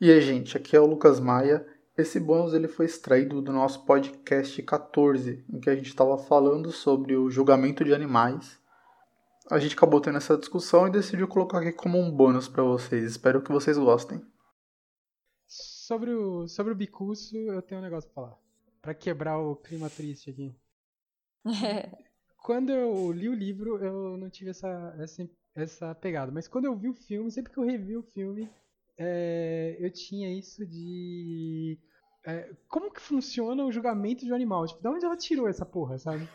E aí, gente, aqui é o Lucas Maia. Esse bônus ele foi extraído do nosso podcast 14, em que a gente estava falando sobre o julgamento de animais. A gente acabou tendo essa discussão e decidiu colocar aqui como um bônus para vocês. Espero que vocês gostem. Sobre o, sobre o Bicuço, eu tenho um negócio pra falar. Pra quebrar o clima triste aqui. É, quando eu li o livro, eu não tive essa, essa, essa pegada. Mas quando eu vi o filme, sempre que eu revi o filme, é, eu tinha isso de. é, como que funciona o julgamento de um animal? Tipo, da onde ela tirou essa porra, sabe?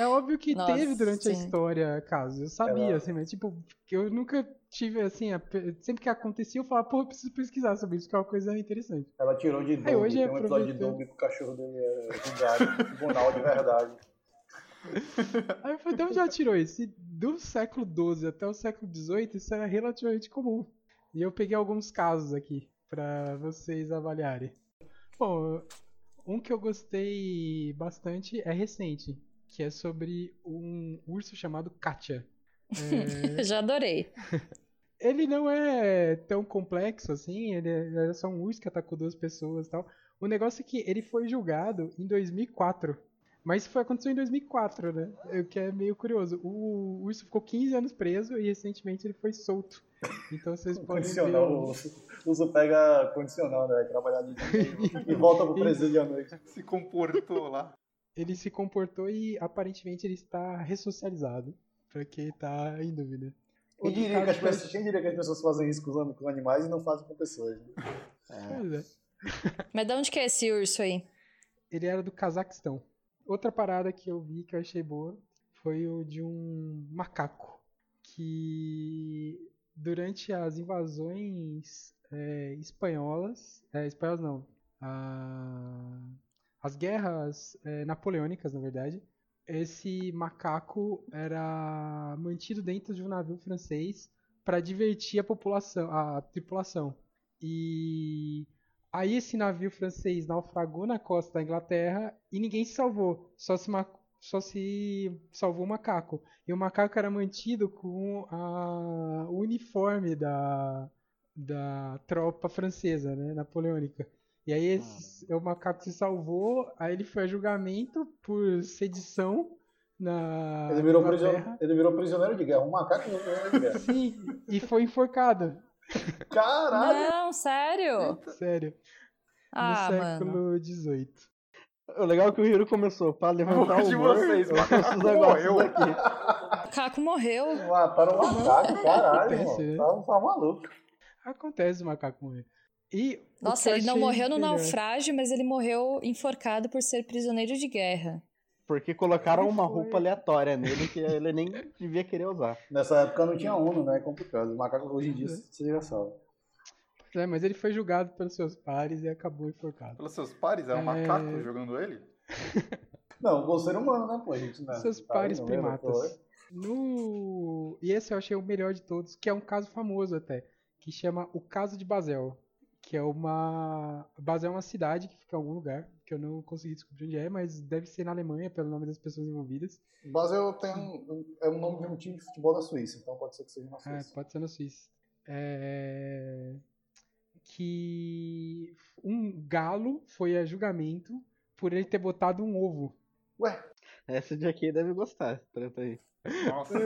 é óbvio que Nossa, teve durante a sim. história casos, eu sabia, Ela- assim, mas tipo, eu nunca tive assim, a pe- sempre que acontecia, eu falava, porra, eu preciso pesquisar sobre isso, que é uma coisa interessante. Ela tirou de Doug, hoje tem é um episódio de aproveitando. Doug que o cachorro dele é julgado, tribunal de verdade. Aí eu falei, de onde ela tirou isso? E do século XII até o século XVIII, isso era relativamente comum. E eu peguei alguns casos aqui pra vocês avaliarem. Bom, um que eu gostei bastante é recente, que é sobre um urso chamado Katia. É, Já adorei. ele não é tão complexo assim, ele é- era só um urso que atacou duas pessoas e tal. O negócio é que ele foi julgado em 2004. Mas isso foi, aconteceu em 2004, né? O que é meio curioso. O urso ficou 15 anos preso e recentemente ele foi solto. Então vocês podem ver. Condicional, o o- urso, o urso pega condicional, né? Trabalhar de dia e volta pro presídio à noite. Se comportou lá. Ele se comportou e aparentemente ele está ressocializado. Pra quem tá em dúvida. Quem Outro diria, que as caso foi- pessoas, quem diria que as pessoas fazem isso com os com animais e não fazem com pessoas? Né? Pois é. Mas de onde que é esse urso aí? ele era do Cazaquistão. Outra parada que eu vi que eu achei boa foi o de um macaco que durante as invasões eh, espanholas, eh, espanholas não, ah, as guerras eh, napoleônicas na verdade, esse macaco era mantido dentro de um navio francês para divertir a população, a tripulação. E Aí esse navio francês naufragou na costa da Inglaterra e ninguém se salvou, só se, ma- só se salvou o macaco. E o macaco era mantido com a... o uniforme da... da tropa francesa, né, napoleônica. E aí esse- o macaco se salvou, aí ele foi a julgamento por sedição Ah, na Ele virou, prisioneiro, Inglaterra. ele virou prisioneiro de guerra, um macaco virou prisioneiro de guerra. Sim, e foi enforcado, Caralho! Né? Não, sério? sério, Ah, no mano. século XVIII. O legal é que o Hiro começou pra Boa levantar o de humor. vocês, eu trouxe os macaco. negócios Morreu. daqui. Caco morreu. Mataram um Uhum. macaco, caralho, Acontece, né? mano. Tá, tá maluco. Acontece o macaco morrer. E o Nossa, que eu ele não achei morreu no melhor- naufrágio, mas ele morreu enforcado por ser prisioneiro de guerra. Porque colocaram Ele uma foi. roupa aleatória nele que ele nem devia querer usar. Nessa época não tinha ONU, né? É complicado. O macaco hoje em dia Uhum. se se desgraçava. É, mas ele foi julgado pelos seus pares e acabou enforcado. Pelos seus pares, é um É. macaco jogando ele? Não, o ser humano, né, pô, gente? Né? seus Tá aí, pares não lembra, pô? é. primatas. No... E esse eu achei o melhor de todos, que é um caso famoso até, que chama O Caso de Basel. Que é uma. Basel é uma cidade que fica em algum lugar, que eu não consegui descobrir onde é, mas deve ser na Alemanha, pelo nome das pessoas envolvidas. Basel tem um, é o nome de um time de futebol da Suíça, então pode ser que seja na É, Suíça. pode ser na Suíça. É, Que um galo foi a julgamento por ele ter botado um ovo. Ué, Essa de aqui deve gostar. Trata aí. Nossa.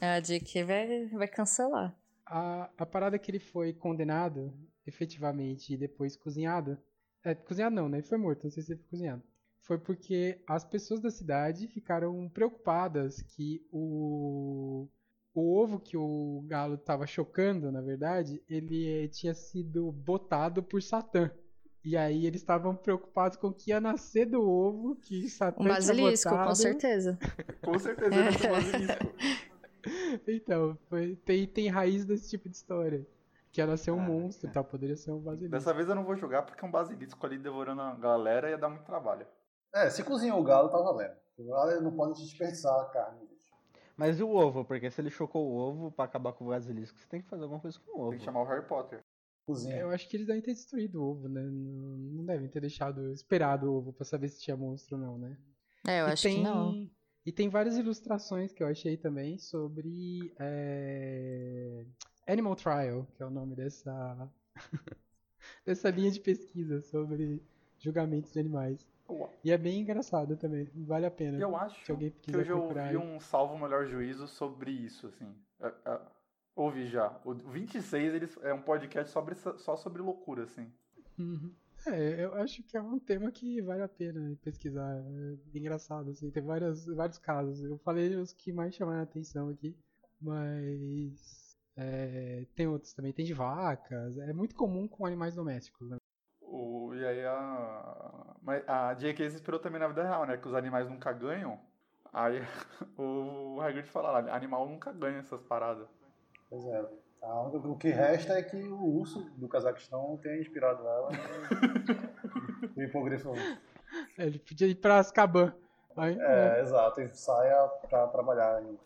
É, A de que vai, vai cancelar. A, a parada que ele foi condenado, efetivamente, e depois cozinhado. É, cozinhado não, né? Ele foi morto, não sei se ele foi cozinhado. Foi porque as pessoas da cidade ficaram preocupadas que o, o ovo que o galo estava chocando, na verdade, ele eh, tinha sido botado por Satã. E aí eles estavam preocupados com o que ia nascer do ovo que Satã Um tinha basilisco, com botado. certeza. Com certeza ele é um basilisco. Então, foi- tem, tem raiz desse tipo de história. Que ela ser um monstro e tal, poderia ser um basilisco. Ah, é. Dessa vez eu não vou jogar porque um basilisco ali devorando a galera ia dar muito trabalho. é, se cozinhou o galo, tá valendo. O galo não pode desperdiçar a carne. Mas e o ovo? Porque se ele chocou o ovo pra acabar com o basilisco, você tem que fazer alguma coisa com o Tem ovo. que chamar o Harry Potter. Cozinha. É. Eu acho que eles devem ter destruído o ovo, né? Não, não devem ter deixado, esperado o ovo pra saber se tinha monstro ou não, né? É, eu E acho tem- que não. E tem várias ilustrações que eu achei também sobre. É... Animal Trial, que é o nome dessa, dessa linha de pesquisa sobre julgamentos de animais. Eu- E é bem engraçado também, vale a pena. Eu acho Se alguém é que eu quiser já procurar. ouvi um salvo melhor juízo sobre isso, assim. É, é, ouvi já. O 26 eles, é um podcast sobre, só sobre loucura, assim. Uhum. É, eu acho que é um tema que vale a pena pesquisar. É engraçado, assim, tem várias, vários casos. Eu falei os que mais chamaram a atenção aqui, mas é, tem outros também. Tem de vacas, é muito comum com animais domésticos, né? O, e aí a. Mas a J.K. se inspirou também na vida real, né? Que os animais nunca ganham. Aí o Hagrid fala lá, animal nunca ganha essas paradas. Pois é. A única- o que resta é que o urso do Cazaquistão tenha inspirado ela no- no hipogrifo. É, Ele podia ir pra Azkaban. Aí, né? É, exato. E saia pra trabalhar em